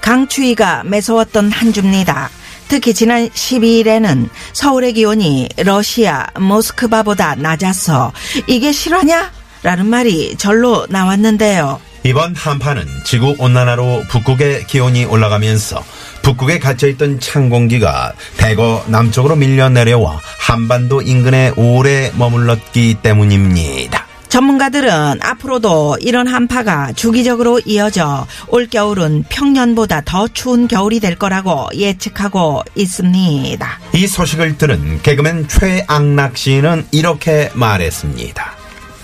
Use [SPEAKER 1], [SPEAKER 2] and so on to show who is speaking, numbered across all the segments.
[SPEAKER 1] 강추위가 매서웠던 한 주입니다. 특히 지난 12일에는 서울의 기온이 러시아 모스크바보다 낮아서 이게 실화냐? 라는 말이 절로 나왔는데요.
[SPEAKER 2] 이번 한파는 지구 온난화로 북극의 기온이 올라가면서 북극에 갇혀있던 찬 공기가 대거 남쪽으로 밀려 내려와 한반도 인근에 오래 머물렀기 때문입니다.
[SPEAKER 1] 전문가들은 앞으로도 이런 한파가 주기적으로 이어져 올겨울은 평년보다 더 추운 겨울이 될 거라고 예측하고 있습니다.
[SPEAKER 2] 이 소식을 들은 개그맨 최악락 씨는 이렇게 말했습니다.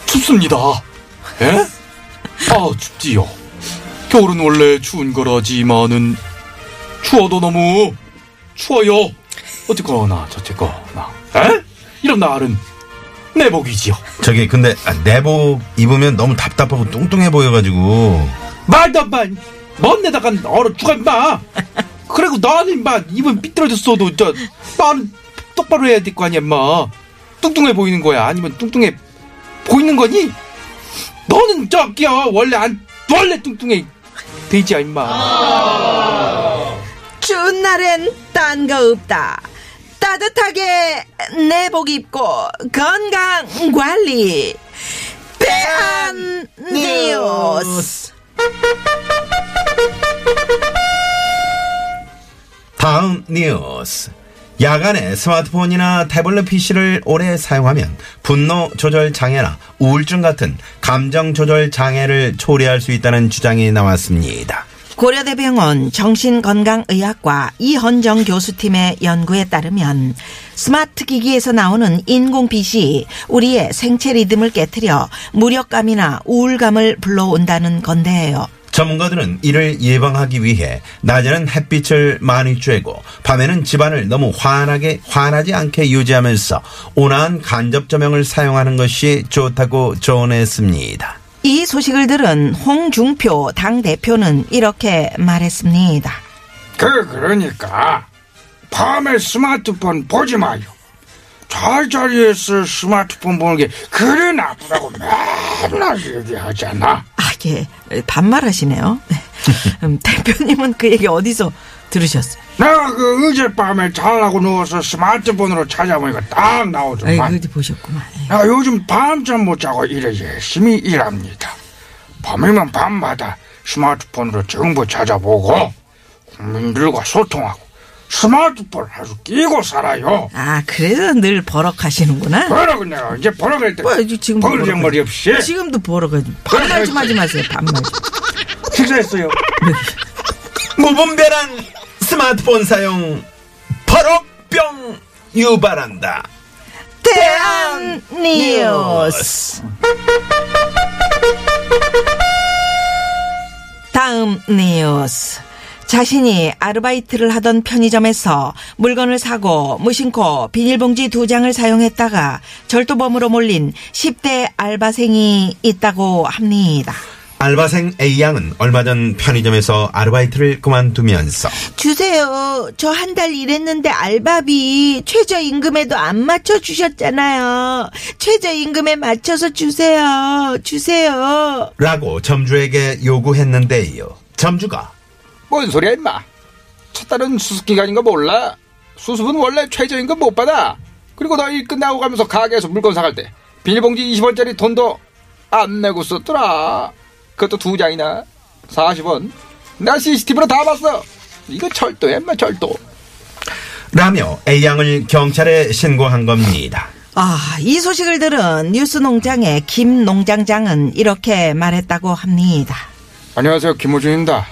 [SPEAKER 3] 춥습니다. 에? 아, 춥지요. 겨울은 원래 추운 거라지만은 추워도 너무 추워요. 어쨌거나 저쨌거나. 에? 이런 날은 내복이지요.
[SPEAKER 2] 저기 근데 아, 내복 입으면 너무 답답하고 뚱뚱해 보여가지고
[SPEAKER 3] 말도 안 마. 먼 데다가 얼어 죽어 임마. 그리고 나는 임마 입은 삐뚤어졌어도 저 말은 똑바로 해야 될 거 아니야 임마. 뚱뚱해 보이는 거야 아니면 뚱뚱해 보이는 거니? 너는 저기야 원래 안 원래 뚱뚱해 돼지야 임마.
[SPEAKER 1] 추운 날엔 딴 거 없다. 따뜻하게 내복 입고 건강 관리. 대한 뉴스.
[SPEAKER 2] 다음 뉴스. 야간에 스마트폰이나 태블릿 PC를 오래 사용하면 분노 조절 장애나 우울증 같은 감정 조절 장애를 초래할 수 있다는 주장이 나왔습니다.
[SPEAKER 1] 고려대병원 정신건강의학과 이헌정 교수팀의 연구에 따르면 스마트 기기에서 나오는 인공 빛이 우리의 생체 리듬을 깨뜨려 무력감이나 우울감을 불러온다는 건데요.
[SPEAKER 2] 전문가들은 이를 예방하기 위해 낮에는 햇빛을 많이 쬐고 밤에는 집안을 너무 환하게 환하지 않게 유지하면서 온화한 간접 조명을 사용하는 것이 좋다고 조언했습니다.
[SPEAKER 1] 이 소식을 들은 홍중표 당 대표는 이렇게 말했습니다.
[SPEAKER 4] 그 그러니까 밤에 스마트폰 보지 마요. 잘자리에서 스마트폰 보는 게 그래 나쁘다고 맨날 얘기하잖아.
[SPEAKER 1] 아, 예. 반말하시네요. 음, 대표님은 그 얘기 어디서 들으셨어요?
[SPEAKER 4] 내가 그 어젯밤에 잘라고 누워서 스마트폰으로 찾아보니까 딱 나오더만.
[SPEAKER 1] 어디 보셨구만. 에이. 그
[SPEAKER 4] 내가 요즘 밤잠 못 자고 이래 열심히 일합니다. 밤이면 밤마다 스마트폰으로 정보 찾아보고 국민들과 소통하고 스마트폰 하루 끼고 살아요.
[SPEAKER 1] 아, 그래서 늘 버럭하시는구나.
[SPEAKER 4] 뭐라고 내가 이제 보라 그랬더니
[SPEAKER 1] 뭐야, 이거 지금
[SPEAKER 4] 벌정머리 없이
[SPEAKER 1] 지금도 버럭하지. 반말 좀 하지 마세요, 반말 좀.
[SPEAKER 4] 식사했어요.
[SPEAKER 2] 무분별한 스마트폰 사용 버럭병 유발한다.
[SPEAKER 1] 대한 뉴스. 다음 뉴스. 자신이 아르바이트를 하던 편의점에서 물건을 사고 무심코 비닐봉지 두 장을 사용했다가 절도범으로 몰린 10대 알바생이 있다고 합니다.
[SPEAKER 2] 알바생 A 양은 얼마 전 편의점에서 아르바이트를 그만두면서
[SPEAKER 1] 주세요. 저 한 달 일했는데 알바비 최저임금에도 안 맞춰 주셨잖아요. 최저임금에 맞춰서 주세요. 주세요.
[SPEAKER 2] 라고 점주에게 요구했는데요. 점주가
[SPEAKER 3] 뭔 소리야 임마. 첫 달은 수습 기간인 거 몰라. 수습은 원래 최저임금 못 받아. 그리고 너 일 끝나고 가면서 가게에서 물건 사갈 때 비닐봉지 20원짜리 돈도 안 내고 썼더라. 그것도 두 장이나 40원. 나 CCTV로 다 봤어. 이거 절도야 임마 절도.
[SPEAKER 2] 라며 A 양을 경찰에 신고한 겁니다.
[SPEAKER 1] 아, 이 소식을 들은 뉴스 농장의 김 농장장은 이렇게 말했다고 합니다.
[SPEAKER 4] 안녕하세요 김호준입니다.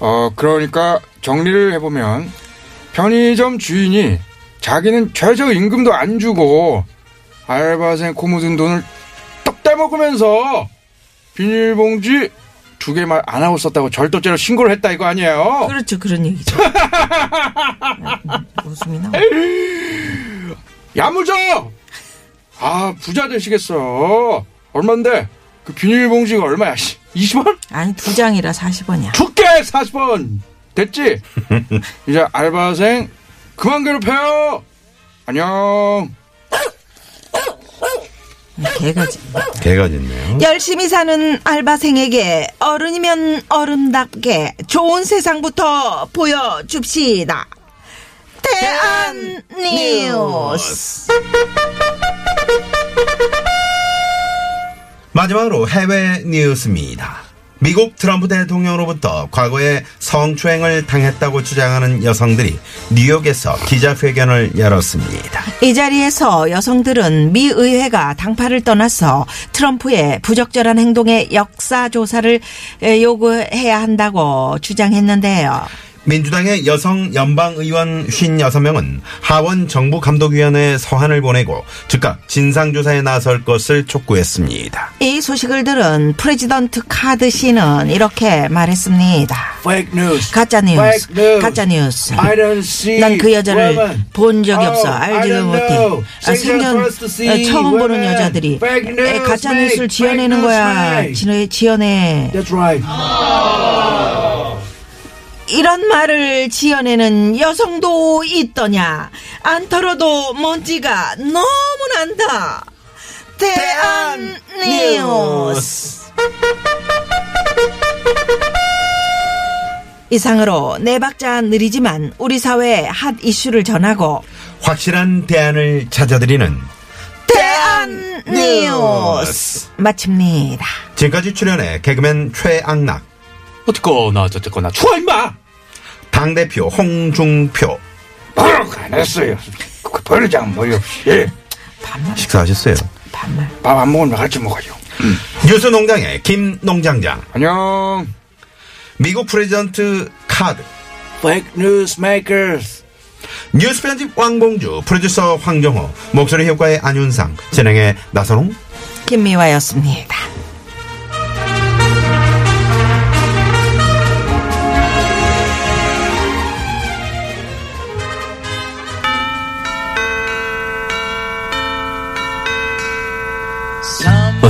[SPEAKER 4] 어 그러니까 정리를 해보면 편의점 주인이 자기는 최저 임금도 안 주고 알바생 코 묻은 돈을 떡 떼먹으면서 비닐봉지 주게말 안 하고 썼다고 절도죄로 신고를 했다 이거 아니에요?
[SPEAKER 5] 그렇죠. 그런 얘기죠.
[SPEAKER 1] 음,
[SPEAKER 5] 웃음이 나.
[SPEAKER 4] 야무져! 아 부자 되시겠어. 얼만데? 그 비닐봉지가 얼마야? 씨, 20원?
[SPEAKER 5] 아니 두 장이라 40원이야.
[SPEAKER 4] 줄게 40원. 됐지? 이제 알바생 그만 괴롭혀요. 안녕.
[SPEAKER 5] 개가지.
[SPEAKER 2] 개가 짖네요.
[SPEAKER 5] 열심히 사는 알바생에게 어른이면 어른답게 좋은 세상부터 보여줍시다. 대한 뉴스.
[SPEAKER 2] 마지막으로 해외 뉴스입니다. 미국 트럼프 대통령으로부터 과거에 성추행을 당했다고 주장하는 여성들이 뉴욕에서 기자회견을 열었습니다.
[SPEAKER 5] 이 자리에서 여성들은 미 의회가 당파를 떠나서 트럼프의 부적절한 행동의 역사 조사를 에, 요구해야 한다고 주장했는데요.
[SPEAKER 2] 민주당의 여성 연방의원 56명은 하원 정부감독위원회에 서한을 보내고 즉각 진상조사에 나설 것을 촉구했습니다.
[SPEAKER 5] 이 소식을 들은 프레지던트 카드 씨는 이렇게 말했습니다.
[SPEAKER 4] Fake news.
[SPEAKER 5] 가짜 뉴스,
[SPEAKER 4] Fake news.
[SPEAKER 5] 가짜 뉴스.
[SPEAKER 4] I don't see.
[SPEAKER 5] 난 그 여자를
[SPEAKER 4] women.
[SPEAKER 5] 본 적이 없어.
[SPEAKER 4] Oh,
[SPEAKER 5] 알지도
[SPEAKER 4] I don't
[SPEAKER 5] 못해.
[SPEAKER 4] know.
[SPEAKER 5] 아,
[SPEAKER 4] 생전
[SPEAKER 5] 생전
[SPEAKER 4] first to see
[SPEAKER 5] 어, 처음 보는
[SPEAKER 4] women.
[SPEAKER 5] 여자들이
[SPEAKER 4] Fake news,
[SPEAKER 5] 에, 가짜
[SPEAKER 4] mate.
[SPEAKER 5] 뉴스를 지어내는
[SPEAKER 4] Fake
[SPEAKER 5] 거야.
[SPEAKER 4] news,
[SPEAKER 5] 지- 지어내.
[SPEAKER 4] That's right.
[SPEAKER 5] 이런 말을 지어내는 여성도 있더냐. 안 털어도 먼지가 너무 난다. 대한 뉴스. 이상으로 네 박자 느리지만 우리 사회의 핫 이슈를 전하고
[SPEAKER 2] 확실한 대안을 찾아드리는
[SPEAKER 5] 대한 뉴스 마칩니다.
[SPEAKER 2] 지금까지 출연해 개그맨 최악락,
[SPEAKER 4] 어쨌거나 저쨌거나 추워 임마.
[SPEAKER 2] 당대표 홍중표
[SPEAKER 6] 버럭 안 했어요. 그 버르장 뭐요? 예.
[SPEAKER 2] 식사하셨어요.
[SPEAKER 5] 반말.
[SPEAKER 6] 밥 안 먹으면 같이 먹어요.
[SPEAKER 2] 뉴스농장의 김농장장,
[SPEAKER 4] 안녕.
[SPEAKER 2] 미국 프레지던트 카드,
[SPEAKER 4] Fake news makers.
[SPEAKER 2] 뉴스 편집 왕봉주, 프로듀서 황정호, 목소리 효과의 안윤상, 진행의 나선홍,
[SPEAKER 5] 김미화였습니다.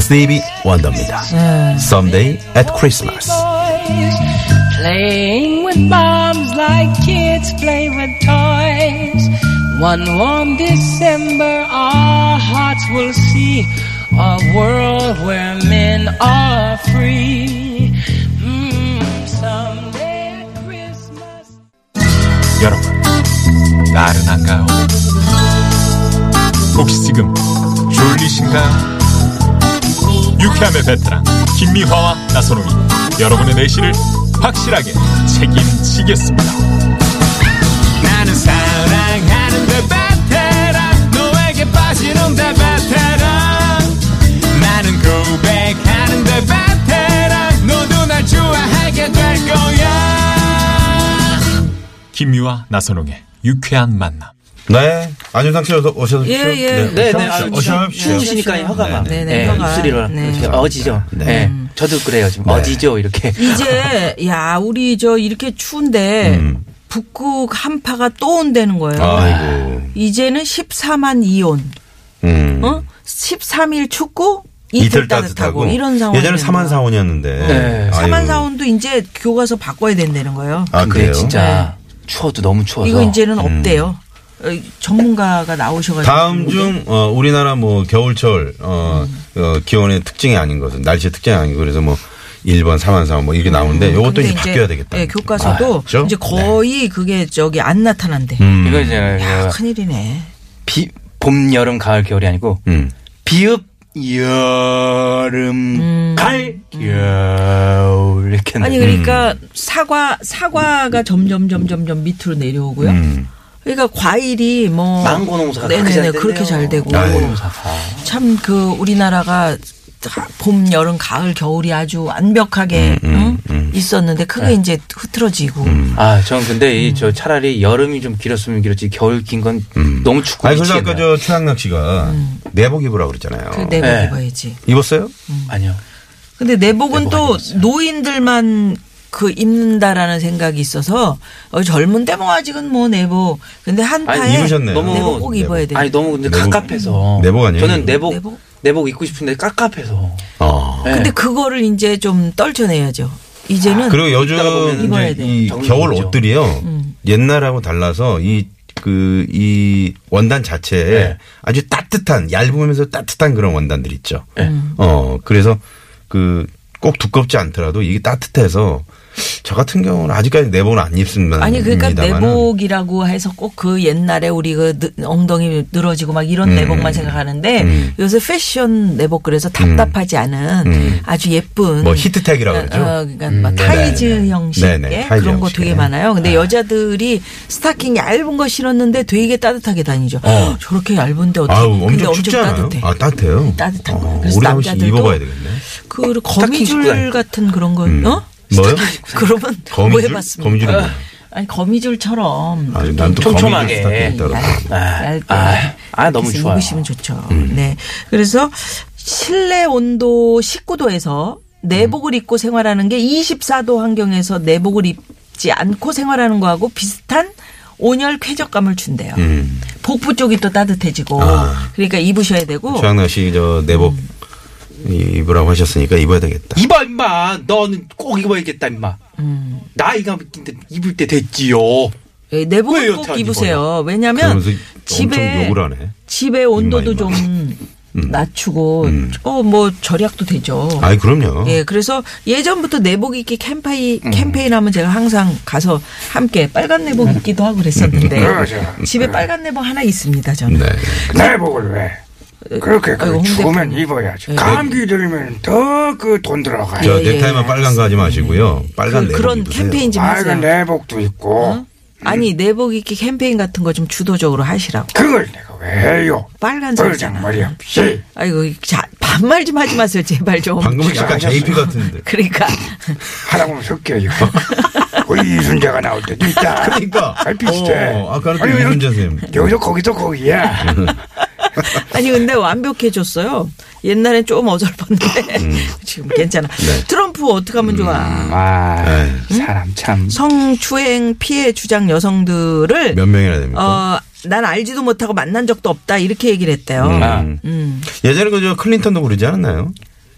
[SPEAKER 2] 스티비 원더입니다.
[SPEAKER 1] 네.
[SPEAKER 2] Someday at Christmas.
[SPEAKER 7] boys playing with bombs like kids play with toys. One warm December, our hearts will see a world where men are free. Mm, someday at Christmas.
[SPEAKER 8] 여러분, 나른한가요? 혹시 지금 졸리신가요? 유쾌함의 베테랑 김미화와 나선홍이 여러분의 내실을 확실하게 책임지겠습니다. 나는 사랑하는데 베테랑 너에게 빠지는데 베테랑 나는 고백하는데 베테랑 너도 날 좋아하게 될 거야. 김유와 나선홍의 유쾌한 만남.
[SPEAKER 2] 네. 안윤상 씨 어서 오셔서
[SPEAKER 1] 예, 예.
[SPEAKER 9] 네, 네.
[SPEAKER 2] 오셔서
[SPEAKER 9] 아,
[SPEAKER 2] 오십시오.
[SPEAKER 9] 추우시니까 혀가 막.
[SPEAKER 5] 네,
[SPEAKER 9] 네,
[SPEAKER 5] 네,
[SPEAKER 9] 네.
[SPEAKER 5] 혀가.
[SPEAKER 9] 입술이로
[SPEAKER 5] 네.
[SPEAKER 9] 이렇게 어지죠.
[SPEAKER 2] 네.
[SPEAKER 9] 네. 저도 그래요, 지금. 어지죠, 이렇게.
[SPEAKER 1] 이제 야 우리 저 이렇게 추운데 북극 한파가 또 온다는 거예요.
[SPEAKER 2] 음. 아이고.
[SPEAKER 1] 이제는 14만 이온,
[SPEAKER 2] 음.
[SPEAKER 1] 어? 13일 춥고 이틀,
[SPEAKER 2] 이틀
[SPEAKER 1] 따뜻하고,
[SPEAKER 2] 따뜻하고
[SPEAKER 1] 이런 상황.
[SPEAKER 2] 예전에 4만 4원이었는데.
[SPEAKER 9] 네.
[SPEAKER 1] 4만 4온도 이제 교과서 바꿔야 된다는 거예요.
[SPEAKER 2] 아,
[SPEAKER 9] 근데
[SPEAKER 2] 그래요?
[SPEAKER 9] 진짜 추워도 너무 추워서.
[SPEAKER 1] 이거 이제는 없대요. 어, 전문가가 나오셔가지고
[SPEAKER 2] 다음 중 어, 우리나라 뭐 겨울철 어, 어, 기온의 특징이 아닌 것은 날씨의 특징이 아니고 그래서 뭐 1번 4만 4원 뭐 이게 나오는데 이것도
[SPEAKER 1] 음, 근데
[SPEAKER 2] 이제 바뀌어야 되겠다.
[SPEAKER 1] 예, 교과서도
[SPEAKER 2] 맞죠? 네.
[SPEAKER 1] 이제 거의 그게 저기 안 나타난대.
[SPEAKER 2] 음.
[SPEAKER 9] 이거 이제 그
[SPEAKER 1] 야, 큰일이네.
[SPEAKER 9] 비, 봄, 여름, 가을, 겨울이 아니고
[SPEAKER 2] 음.
[SPEAKER 9] 비읍, 여름, 가을, 겨울 이렇게
[SPEAKER 1] 음. 아니
[SPEAKER 2] 음.
[SPEAKER 9] 나요.
[SPEAKER 1] 그러니까 사과 사과가 점점 점점점 밑으로 내려오고요.
[SPEAKER 2] 음.
[SPEAKER 1] 그러니까 과일이 뭐
[SPEAKER 9] 망고 농사가
[SPEAKER 1] 네네네
[SPEAKER 9] 그렇게 잘
[SPEAKER 1] 그렇게 잘
[SPEAKER 9] 됐네요.
[SPEAKER 1] 되고
[SPEAKER 9] 망고 농사가.
[SPEAKER 1] 참 그 우리나라가 다 봄, 여름, 가을, 겨울이 아주 완벽하게
[SPEAKER 2] 음,
[SPEAKER 1] 응? 있었는데
[SPEAKER 9] 네.
[SPEAKER 1] 그게 이제 흐트러지고
[SPEAKER 9] 아, 전 근데 이 저 차라리 여름이 좀 길었으면 길었지 겨울 긴 건 너무 춥고
[SPEAKER 2] 음. 아니 그래서 아까
[SPEAKER 9] 미치겠네요.
[SPEAKER 2] 저 최양락 씨가 내복 입으라고 그랬잖아요.
[SPEAKER 1] 음. 그 내복
[SPEAKER 9] 네.
[SPEAKER 1] 입어야지.
[SPEAKER 2] 입었어요?
[SPEAKER 9] 아니요.
[SPEAKER 1] 근데 내복은 또 노인들만 그 입는다라는 생각이 있어서 어, 젊은 때 뭐 아직은 뭐 내복. 근데 한파에
[SPEAKER 2] 아니, 입으셨네요.
[SPEAKER 1] 너무 내복 꼭
[SPEAKER 2] 내복.
[SPEAKER 1] 입어야 돼.
[SPEAKER 9] 아니 너무 근데
[SPEAKER 2] 내복.
[SPEAKER 9] 깝깝해서
[SPEAKER 2] 내복 아니에요?
[SPEAKER 9] 저는 내복
[SPEAKER 1] 내복? 아,
[SPEAKER 9] 내복, 입고 싶은데 깝깝해서.
[SPEAKER 2] 어.
[SPEAKER 9] 네.
[SPEAKER 1] 근데 그거를 이제 좀 떨쳐내야죠. 이제는
[SPEAKER 2] 아, 그리고
[SPEAKER 9] 입다가 보면
[SPEAKER 2] 요즘
[SPEAKER 1] 입어야
[SPEAKER 2] 이제
[SPEAKER 1] 돼.
[SPEAKER 2] 이
[SPEAKER 9] 정리가
[SPEAKER 2] 겨울
[SPEAKER 9] 있죠.
[SPEAKER 2] 옷들이요
[SPEAKER 1] 음.
[SPEAKER 2] 옛날하고 달라서 이 그 이 원단 자체에
[SPEAKER 9] 네.
[SPEAKER 2] 아주 따뜻한 얇으면서 따뜻한 그런 원단들 있죠.
[SPEAKER 9] 네.
[SPEAKER 1] 음.
[SPEAKER 2] 어 그래서 그 꼭 두껍지 않더라도 이게 따뜻해서 저 같은 경우는 아직까지 내복은 안 입습니다.
[SPEAKER 1] 아니 그러니까 내복이라고 해서 꼭 그 옛날에 우리 그 느- 엉덩이 늘어지고 막 이런
[SPEAKER 2] 음.
[SPEAKER 1] 내복만 생각하는데
[SPEAKER 2] 음.
[SPEAKER 1] 요새 패션 내복 그래서 답답하지 않은
[SPEAKER 2] 음.
[SPEAKER 1] 아주 예쁜
[SPEAKER 2] 뭐 히트텍이라고 그러죠?
[SPEAKER 1] 어, 그러니까 막
[SPEAKER 2] 음,
[SPEAKER 1] 타이즈
[SPEAKER 2] 네네.
[SPEAKER 1] 형식의 예?
[SPEAKER 2] 네네, 타이즈
[SPEAKER 1] 그런 거
[SPEAKER 2] 형식의. 네.
[SPEAKER 1] 되게 많아요. 근데 여자들이 스타킹 얇은 거 신었는데 되게 따뜻하게 다니죠.
[SPEAKER 2] 어.
[SPEAKER 1] 저렇게 얇은데 어떻게
[SPEAKER 2] 아우
[SPEAKER 1] 근데
[SPEAKER 2] 엄청 춥지 않아요?
[SPEAKER 1] 따뜻해.
[SPEAKER 2] 아 따뜻해요.
[SPEAKER 1] 따뜻한
[SPEAKER 2] 어,
[SPEAKER 1] 거예요. 그래서
[SPEAKER 2] 우리 한번 씩
[SPEAKER 1] 남자들도
[SPEAKER 2] 입어봐야 되겠네.
[SPEAKER 1] 그
[SPEAKER 9] 스타킹
[SPEAKER 1] 거미줄
[SPEAKER 9] 신고
[SPEAKER 1] 같은 그런 거
[SPEAKER 2] 음.
[SPEAKER 1] 어?
[SPEAKER 2] 뭐요?
[SPEAKER 1] 그러면 뭐
[SPEAKER 2] 거미줄?
[SPEAKER 1] 해봤습니까?
[SPEAKER 2] 거미줄은 뭐야?
[SPEAKER 1] 아니 거미줄처럼
[SPEAKER 2] 아,
[SPEAKER 1] 그렇게
[SPEAKER 2] 난또 거미줄
[SPEAKER 9] 촘촘하게.
[SPEAKER 2] 스타킹 있다고.
[SPEAKER 1] 얇- 얇게
[SPEAKER 9] 아, 아, 너무
[SPEAKER 1] 이렇게
[SPEAKER 9] 좋아요. 음.
[SPEAKER 1] 입으시면 좋죠. 네. 그래서 실내 온도 19도에서
[SPEAKER 9] 음.
[SPEAKER 1] 내복을 입고 생활하는 게 24도 환경에서 내복을 입지 않고 생활하는 거하고 비슷한 온열 쾌적감을 준대요.
[SPEAKER 2] 음.
[SPEAKER 1] 복부 쪽이 또 따뜻해지고
[SPEAKER 2] 아.
[SPEAKER 1] 그러니까 입으셔야 되고
[SPEAKER 2] 최양락 씨저 내복
[SPEAKER 1] 음.
[SPEAKER 2] 입으라고 하셨으니까 입어야 되겠다.
[SPEAKER 9] 예. 입어 임마. 너는 꼭 입어야겠다 임마.
[SPEAKER 1] 음.
[SPEAKER 9] 나이가 있는데 입을 때 됐지요.
[SPEAKER 2] 어,
[SPEAKER 1] 예, 내복을
[SPEAKER 9] 왜요,
[SPEAKER 1] 꼭
[SPEAKER 9] 태안이
[SPEAKER 1] 입으세요. 왜냐하면
[SPEAKER 2] 그러면서 엄청
[SPEAKER 1] 집에
[SPEAKER 2] 욕을 하네.
[SPEAKER 1] 집의 온도도
[SPEAKER 2] 임마. 음.
[SPEAKER 1] 좀 낮추고 어 뭐 절약도 되죠.
[SPEAKER 2] 아이 그럼요.
[SPEAKER 1] 예, 그래서 예전부터 내복 입기 캠페인 캠페인하면 제가 항상 가서 함께 빨간
[SPEAKER 2] 음.
[SPEAKER 1] 내복 입기도 하고
[SPEAKER 4] 음.
[SPEAKER 1] 그랬었는데
[SPEAKER 6] 그러죠.
[SPEAKER 1] 집에 빨간 내복 하나 있습니다 저는.
[SPEAKER 2] 네.
[SPEAKER 6] 어, 내복을 왜? 그렇게 그
[SPEAKER 1] 아이고, 홍
[SPEAKER 6] 추우면
[SPEAKER 1] 대표님.
[SPEAKER 6] 입어야지. 감기 들면 더 그 돈 들어가요.
[SPEAKER 2] 저
[SPEAKER 1] 예, 예,
[SPEAKER 2] 넥타이만
[SPEAKER 1] 예,
[SPEAKER 2] 빨간 거 하지 마시고요. 빨간
[SPEAKER 1] 그,
[SPEAKER 2] 내복
[SPEAKER 1] 그런
[SPEAKER 2] 입으세요.
[SPEAKER 1] 캠페인 좀
[SPEAKER 6] 아이고
[SPEAKER 1] 하세요.
[SPEAKER 6] 내복도 있고
[SPEAKER 1] 어? 아니 내복 입기 캠페인 같은 거 좀 주도적으로 하시라고.
[SPEAKER 6] 그걸 내가 왜 해요?
[SPEAKER 1] 빨간색이잖아.
[SPEAKER 6] 불장 머리 없이
[SPEAKER 1] 아이고 자 반말 좀 하지 마세요 제발 좀.
[SPEAKER 2] 방금 약간
[SPEAKER 6] 하셨어요.
[SPEAKER 2] JP 같은데.
[SPEAKER 1] 그러니까
[SPEAKER 6] 하라고 섞여요. 거의 이순재가 나올 때도 있다.
[SPEAKER 2] 그러니까.
[SPEAKER 6] 아, 비슷해.
[SPEAKER 2] 어, 아까는 또
[SPEAKER 6] 아니,
[SPEAKER 2] 이순재 선생님.
[SPEAKER 6] 여기서 거기서 거기야.
[SPEAKER 2] 음.
[SPEAKER 1] 아니 근데 완벽해졌어요. 옛날엔 좀 어설펐는데
[SPEAKER 9] 음.
[SPEAKER 1] 지금 괜찮아.
[SPEAKER 9] 네.
[SPEAKER 1] 트럼프 어떻게 하면 좋아?
[SPEAKER 9] 와
[SPEAKER 2] 에이.
[SPEAKER 9] 사람 참.
[SPEAKER 1] 성추행 피해 주장 여성들을
[SPEAKER 2] 몇 명이나 됩니까?
[SPEAKER 1] 어, 난 알지도 못하고 만난 적도 없다 이렇게 얘기를 했대요.
[SPEAKER 2] 음.
[SPEAKER 9] 아.
[SPEAKER 1] 음.
[SPEAKER 2] 예전에 그저 클린턴도 그러지 않았나요?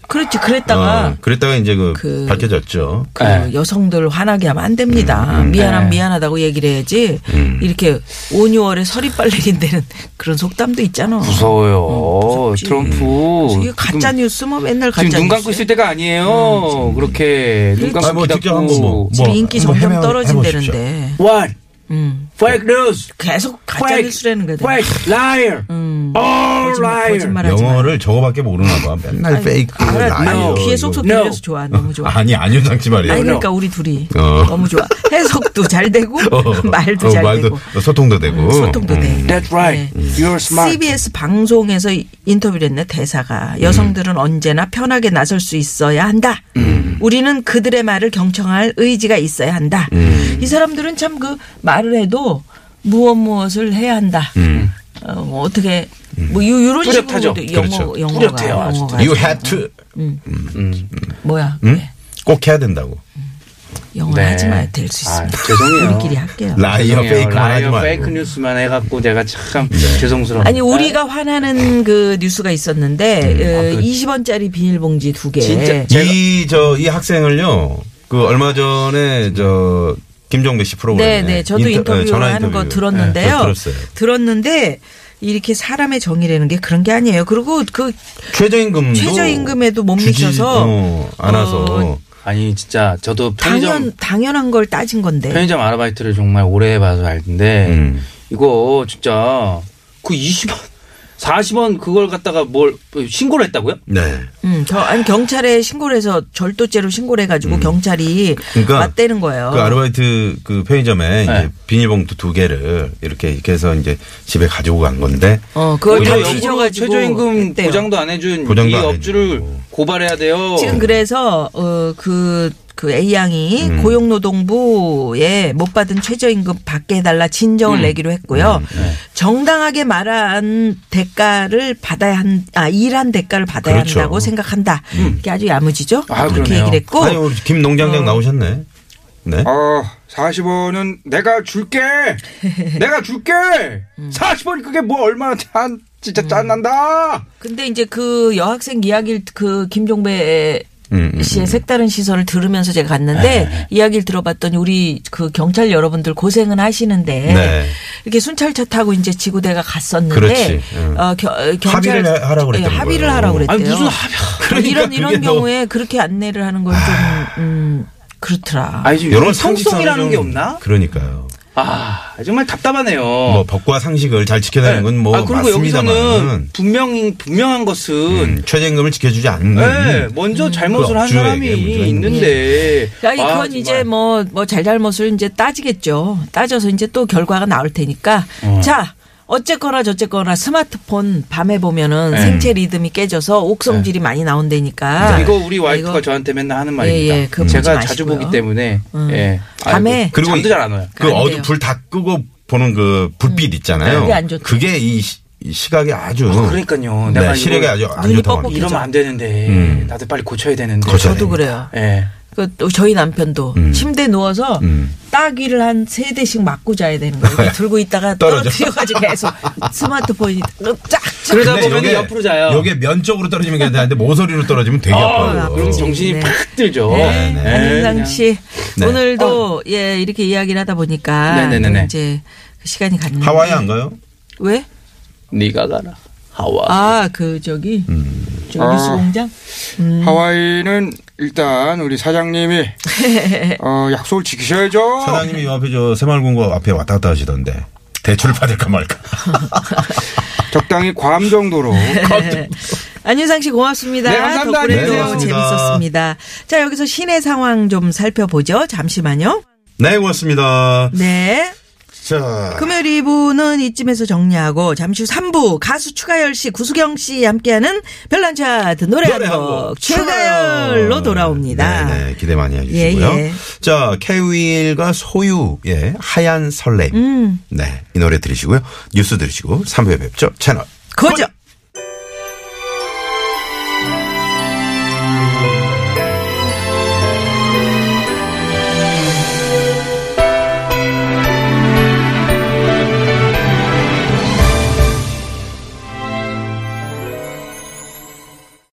[SPEAKER 1] 그렇지 그랬다가
[SPEAKER 2] 어, 그랬다가 이제 그,
[SPEAKER 1] 아. 그-
[SPEAKER 2] 밝혀졌죠.
[SPEAKER 1] 그
[SPEAKER 9] 네.
[SPEAKER 1] 여성들 화나게 하면 안
[SPEAKER 9] 음.
[SPEAKER 1] 됩니다. 미안한 미안하다고 얘기를 해야지. 이렇게 온유월에 서리빨 내린다는 그런 속담도 있잖아.
[SPEAKER 9] 무서워요.
[SPEAKER 1] 무섭지.
[SPEAKER 2] 음.
[SPEAKER 9] 트럼프.
[SPEAKER 1] 이게 가짜
[SPEAKER 9] 지금-
[SPEAKER 1] 뉴스 뭐 맨날
[SPEAKER 9] 지금
[SPEAKER 1] 가짜
[SPEAKER 9] 눈
[SPEAKER 1] 뉴스.
[SPEAKER 9] 감고 있을 때가 아니에요. 어, 그렇게 눈 감고
[SPEAKER 2] 아, 뭐
[SPEAKER 9] 기다고.
[SPEAKER 2] 직접 한번 뭐, 뭐
[SPEAKER 1] 지금 인기 점점
[SPEAKER 2] 한번 해명- 해보십시오.
[SPEAKER 1] 떨어진다는데.
[SPEAKER 9] One,
[SPEAKER 1] 음.
[SPEAKER 9] fake news,
[SPEAKER 1] 계속 가짜
[SPEAKER 9] fake,
[SPEAKER 1] 뉴스라는 거다.
[SPEAKER 9] fake liar,
[SPEAKER 1] 음.
[SPEAKER 9] all liar.
[SPEAKER 1] 거짓말하지 마.
[SPEAKER 2] 영어를 저거밖에 모르나 봐. 맨날 페이크
[SPEAKER 1] 알아,
[SPEAKER 2] 라이어.
[SPEAKER 1] 나 귀에
[SPEAKER 2] 이거.
[SPEAKER 1] 쏙쏙
[SPEAKER 9] No.
[SPEAKER 1] 들려서 좋아. 너무 좋아.
[SPEAKER 2] 아니 안윤상 씨 말이에요.
[SPEAKER 1] 아니 그러니까 우리 둘이
[SPEAKER 2] 어.
[SPEAKER 1] 너무 좋아. 해석도 잘 되고
[SPEAKER 2] 어,
[SPEAKER 1] 말도
[SPEAKER 2] 어,
[SPEAKER 1] 잘
[SPEAKER 2] 말도 어.
[SPEAKER 1] 되고
[SPEAKER 2] 소통도 되고 음.
[SPEAKER 1] 소통도
[SPEAKER 4] 음.
[SPEAKER 1] 돼. 네.
[SPEAKER 9] That's right.
[SPEAKER 2] 네.
[SPEAKER 9] You're smart.
[SPEAKER 1] CBS 방송에서 이- 인터뷰를 했네 대사가 여성들은 언제나 편하게 나설 수 있어야 한다. 우리는 그들의 말을 경청할 의지가 있어야 한다. 이 사람들은 참 그 말을 해도 무엇 무엇을 해야 한다. 어, 뭐 어떻게 뭐 요- 요런
[SPEAKER 9] 뚜렷하죠.
[SPEAKER 1] 식으로 영어
[SPEAKER 2] 그렇죠.
[SPEAKER 1] 영어가
[SPEAKER 9] 뚜렷해요, 아주
[SPEAKER 1] 영어가
[SPEAKER 2] You have to
[SPEAKER 1] 뭐야? 그래.
[SPEAKER 2] 꼭 해야 된다고.
[SPEAKER 1] 영어
[SPEAKER 9] 네.
[SPEAKER 1] 하지 마요 될 수 있습니다.
[SPEAKER 9] 아, 죄송해요.
[SPEAKER 1] 우리끼리 할게요.
[SPEAKER 2] 라이어
[SPEAKER 9] 죄송해요.
[SPEAKER 2] 페이크 하지
[SPEAKER 9] 라이어
[SPEAKER 2] 말고.
[SPEAKER 9] 페이크 네. 뉴스만 해갖고 내가 참 죄송스러워.
[SPEAKER 1] 아니 우리가 화나는 그 뉴스가 있었는데 어, 20원짜리 비닐봉지 두 개.
[SPEAKER 9] 진짜
[SPEAKER 2] 이 저 이 학생을요. 그 얼마 전에 저 김종배 씨
[SPEAKER 1] 네,
[SPEAKER 2] 프로그램에
[SPEAKER 1] 네. 저도
[SPEAKER 2] 인터-
[SPEAKER 1] 인터뷰
[SPEAKER 2] 네, 전화
[SPEAKER 1] 하는 거
[SPEAKER 2] 인터뷰.
[SPEAKER 1] 들었는데요.
[SPEAKER 2] 네, 들었어요.
[SPEAKER 1] 는데 이렇게 사람의 정의라는 게 그런 게 아니에요. 그리고 그
[SPEAKER 2] 최저임금도
[SPEAKER 1] 최저임금에도 못
[SPEAKER 2] 주지,
[SPEAKER 1] 미쳐서
[SPEAKER 2] 어, 안 와서
[SPEAKER 1] 어,
[SPEAKER 9] 아니 진짜 저도 편의점
[SPEAKER 1] 당연 당연한 걸 따진 건데.
[SPEAKER 9] 편의점 아르바이트를 정말 오래 해봐서 알던데
[SPEAKER 2] 음.
[SPEAKER 9] 이거 진짜 그 20원, 40원 그걸 갖다가 뭘 신고를 했다고요?
[SPEAKER 2] 네.
[SPEAKER 1] 음, 겨- 아니 경찰에 신고를 해서 절도죄로 신고를 해가지고 경찰이
[SPEAKER 2] 그러니까
[SPEAKER 1] 맞대는 거예요.
[SPEAKER 2] 그 아르바이트 그 편의점에 이제
[SPEAKER 9] 네.
[SPEAKER 2] 비닐봉투 두 개를 이렇게 이렇게 해서 이제 집에 가지고 간 건데
[SPEAKER 1] 어, 그걸 다
[SPEAKER 9] 오히려 역으로
[SPEAKER 1] 뒤져가지고
[SPEAKER 9] 최저임금
[SPEAKER 1] 했대요.
[SPEAKER 9] 보장도 안 해준
[SPEAKER 2] 보장도
[SPEAKER 9] 이
[SPEAKER 2] 안
[SPEAKER 9] 업주를
[SPEAKER 2] 해주고.
[SPEAKER 9] 고발해야 돼요.
[SPEAKER 1] 지금 그래서 어 그 그 그 A양이
[SPEAKER 2] 음.
[SPEAKER 1] 고용노동부에 못 받은 최저임금 받게 해달라 진정을
[SPEAKER 2] 음.
[SPEAKER 1] 내기로 했고요.
[SPEAKER 2] 네.
[SPEAKER 1] 정당하게 말한 대가를 받아야 한, 아, 일한 대가를 받아야
[SPEAKER 2] 그렇죠. 음.
[SPEAKER 1] 한다고 생각한다. 이게 아주 야무지죠.
[SPEAKER 4] 아,
[SPEAKER 1] 그렇게
[SPEAKER 4] 그러네요.
[SPEAKER 1] 얘기를 했고.
[SPEAKER 2] 아니, 우리 김
[SPEAKER 1] 어.
[SPEAKER 2] 농장장 나오셨네. 네.
[SPEAKER 4] 어, 40원은 내가 줄게. 내가 줄게.
[SPEAKER 2] 음.
[SPEAKER 4] 40원 그게 뭐 얼마나 짠, 진짜 짠난다.
[SPEAKER 1] 근데 이제 그 여학생 이야기를 그 김종배
[SPEAKER 2] 음, 음, 네.
[SPEAKER 1] 씨의 색다른 시선을 들으면서 제가 갔는데 이야기를 들어봤더니 우리 그 경찰 여러분들 고생은 하시는데
[SPEAKER 2] 네.
[SPEAKER 1] 이렇게 순찰차 타고 이제 지구대가 갔었는데
[SPEAKER 2] 그렇지. 음.
[SPEAKER 1] 어, 겨- 경찰
[SPEAKER 2] 합의를 해- 하라고
[SPEAKER 1] 예,
[SPEAKER 2] 그랬다는
[SPEAKER 1] 합의를
[SPEAKER 2] 거예요. 그러니까
[SPEAKER 1] 하라고 그랬대요. 뭐
[SPEAKER 9] 아니 무슨
[SPEAKER 1] 이런
[SPEAKER 9] 합의
[SPEAKER 2] 그게 뭐. 아.
[SPEAKER 1] 이런
[SPEAKER 2] 너무-
[SPEAKER 1] 경우에 그렇게 안내를 하는 건 좀 음, 그렇더라.
[SPEAKER 9] 아니 지금
[SPEAKER 2] 요런
[SPEAKER 9] 요런 성성이라는
[SPEAKER 2] 상식선은
[SPEAKER 9] 게
[SPEAKER 2] 좀-
[SPEAKER 9] 없나?
[SPEAKER 2] 그러니까요.
[SPEAKER 9] 아 정말 답답하네요.
[SPEAKER 2] 뭐 법과 상식을 잘 지켜야 되는 건 뭐
[SPEAKER 9] 아, 그리고
[SPEAKER 2] 맞습니다만
[SPEAKER 9] 여기서는 분명 분명한 것은
[SPEAKER 2] 음, 최저임금을 지켜주지 않는
[SPEAKER 9] 네, 먼저
[SPEAKER 2] 그
[SPEAKER 9] 잘못을 한
[SPEAKER 2] 업주에게
[SPEAKER 9] 사람이
[SPEAKER 2] 문제가 있는
[SPEAKER 9] 있는데.
[SPEAKER 1] 음. 야, 이건
[SPEAKER 9] 아,
[SPEAKER 1] 이제
[SPEAKER 9] 정말.
[SPEAKER 1] 뭐, 뭐 잘잘못을 이제 따지겠죠. 따져서 이제 또 결과가 나올 테니까. 자. 어쨌거나 저쨌거나 스마트폰 밤에 보면은 생체 리듬이 깨져서 옥성질이 많이 나온다니까.
[SPEAKER 9] 이거 우리 와이프가
[SPEAKER 1] 뭐, 아, 이거
[SPEAKER 9] 저한테 맨날 하는 말입니다.
[SPEAKER 1] 예, 그거
[SPEAKER 9] 제가
[SPEAKER 1] 보지
[SPEAKER 9] 자주
[SPEAKER 1] 마시고요.
[SPEAKER 9] 보기 때문에.
[SPEAKER 1] 음.
[SPEAKER 9] 예.
[SPEAKER 1] 밤에
[SPEAKER 9] 아이고, 잠도 잘 안 와요.
[SPEAKER 2] 그
[SPEAKER 1] 안
[SPEAKER 2] 어두
[SPEAKER 1] 돼요. 음. 네,
[SPEAKER 2] 불 다 끄고 보는 그 불빛 있잖아요.
[SPEAKER 1] 그게 안 좋죠.
[SPEAKER 2] 그게 이 시- 이 시각이 아주
[SPEAKER 9] 그러니까요. 내가
[SPEAKER 2] 네, 시력이
[SPEAKER 9] 이거
[SPEAKER 2] 아주 안
[SPEAKER 1] 눈이
[SPEAKER 2] 좋다고
[SPEAKER 1] 뻑뻑해져.
[SPEAKER 2] 합니다.
[SPEAKER 9] 이러면 안 되는데
[SPEAKER 2] 음.
[SPEAKER 9] 나도 빨리 고쳐야 되는데.
[SPEAKER 1] 저도
[SPEAKER 2] 고쳐야 됩니다.
[SPEAKER 1] 그래요.
[SPEAKER 9] 예.
[SPEAKER 1] 그 또 저희 남편도
[SPEAKER 2] 음.
[SPEAKER 1] 침대 누워서
[SPEAKER 2] 음.
[SPEAKER 1] 따귀를 한 세 대씩 맞고 자야 되는 거예요. 이렇게 들고 있다가
[SPEAKER 2] 떨어져.
[SPEAKER 1] 떨어뜨려가지고 계속 스마트폰이 쫙
[SPEAKER 9] 그러다
[SPEAKER 2] 근데
[SPEAKER 9] 보면
[SPEAKER 2] 네, 요게-
[SPEAKER 9] 옆으로 자요.
[SPEAKER 2] 요게 면 쪽으로 떨어지면 괜찮은데 모서리로 떨어지면 되게 아파요.
[SPEAKER 9] 그럼 정신이
[SPEAKER 1] 네.
[SPEAKER 9] 팍 들죠. 예,
[SPEAKER 2] 네, 네.
[SPEAKER 1] 안윤상 씨
[SPEAKER 2] 네.
[SPEAKER 1] 오늘도 예 이렇게 이야기를 하다 보니까
[SPEAKER 9] 네네네네.
[SPEAKER 1] 이제 그 시간이 갔는데
[SPEAKER 2] 하와이 안 가요?
[SPEAKER 1] 왜?
[SPEAKER 9] 네가 가라. 하와.
[SPEAKER 1] 아 그 저기 저
[SPEAKER 4] 아.
[SPEAKER 1] 뉴스 공장
[SPEAKER 2] 음.
[SPEAKER 4] 하와이는 일단 우리 사장님이 어, 약속을
[SPEAKER 9] 어.
[SPEAKER 4] 지키셔야죠.
[SPEAKER 2] 사장님이 요 앞에 저 새마을금고 앞에 왔다 갔다 하시던데 대출을 받을까 말까.
[SPEAKER 4] 적당히 과음 정도로.
[SPEAKER 1] 안윤상 씨 고맙습니다.
[SPEAKER 4] 네, 감사합니다.
[SPEAKER 1] 덕분에도
[SPEAKER 2] 네, 고맙습니다.
[SPEAKER 1] 재밌었습니다. 자 여기서 시내 상황 좀 살펴보죠. 잠시만요.
[SPEAKER 2] 네, 고맙습니다.
[SPEAKER 1] 네.
[SPEAKER 2] 자,
[SPEAKER 1] 금요일 2부는 이쯤에서 정리하고 잠시 후 3부 가수 추가열 씨, 구수경 씨 함께하는 별난 차트 노래
[SPEAKER 2] 노래 한곡
[SPEAKER 1] 한곡 추가열로 돌아옵니다.
[SPEAKER 2] 네네, 기대 많이 해주시고요.
[SPEAKER 1] 예, 예.
[SPEAKER 2] 자, 케윌과 소유, 예, 의
[SPEAKER 1] 음.
[SPEAKER 2] 하얀 설레임. 네, 이 노래 들으시고요. 뉴스 들으시고 3부에 뵙죠. 채널.
[SPEAKER 1] 거죠.
[SPEAKER 2] 고정!